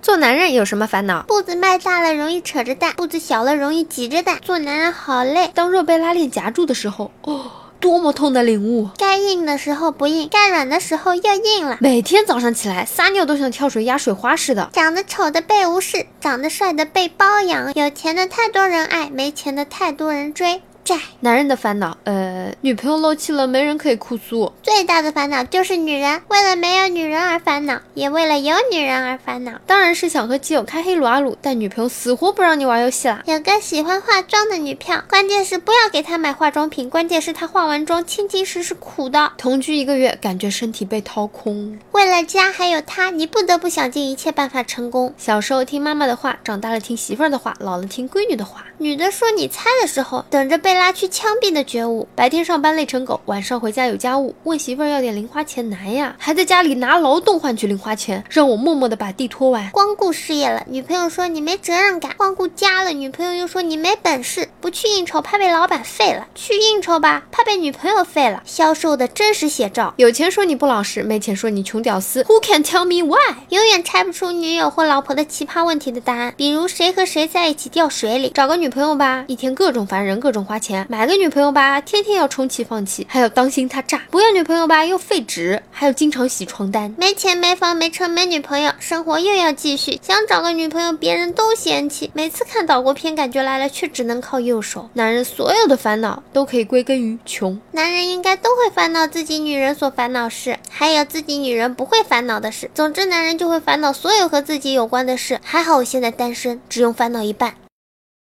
做男人有什么烦恼？步子迈大了容易扯着蛋，步子小了容易挤着蛋。做男人好累，当肉被拉链夹住的时候，哦，多么痛的领悟！该硬的时候不硬，该软的时候又硬了。每天早上起来撒尿都像跳水压水花似的。长得丑的被无视，长得帅的被包养，有钱的太多人爱，没钱的太多人追。债男人的烦恼，呃，女朋友漏气了，没人可以哭诉。最大的烦恼就是女人，为了没有女人而烦恼，也为了有女人而烦恼。当然是想和基友开黑撸啊撸，但女朋友死活不让你玩游戏啦。有个喜欢化妆的女票，关键是不要给她买化妆品，关键是她化完妆清清时是苦的。同居一个月，感觉身体被掏空。为了家还有他，你不得不想尽一切办法成功。小时候听妈妈的话，长大了听媳妇儿的话，老了听闺女的话。女的说你猜的时候，等着被拉去枪毙的觉悟。白天上班累成狗，晚上回家有家务，问媳妇儿要点零花钱难呀，还在家里拿劳动换取零花钱，让我默默的把地拖完。光顾事业了，女朋友说你没责任感；光顾家了，女朋友又说你没本事。不去应酬，怕被老板废了；去应酬吧，怕被女朋友废了。消瘦的真实写照。有钱说你不老实，没钱说你穷屌丝。Who can tell me why？永远猜不出女友或老婆的奇葩问题的答案，比如谁和谁在一起掉水里。找个女朋友吧，一天各种烦人，各种花钱；买个女朋友吧，天天要充气放气，还要当心她炸；不要女朋友吧，又废纸，还要经常洗床单。没钱没房没车没女朋友，生活又要继续。想找个女朋友，别人都嫌弃。每次看岛国片，感觉来了，却只能靠右手。男人所有的烦恼都可以归根于穷。男人应该都会烦恼自己女人所烦恼事，还有自己女人不会烦恼的事。总之，男人就会烦恼所有和自己有关的事。还好我现在单身，只用烦恼一半。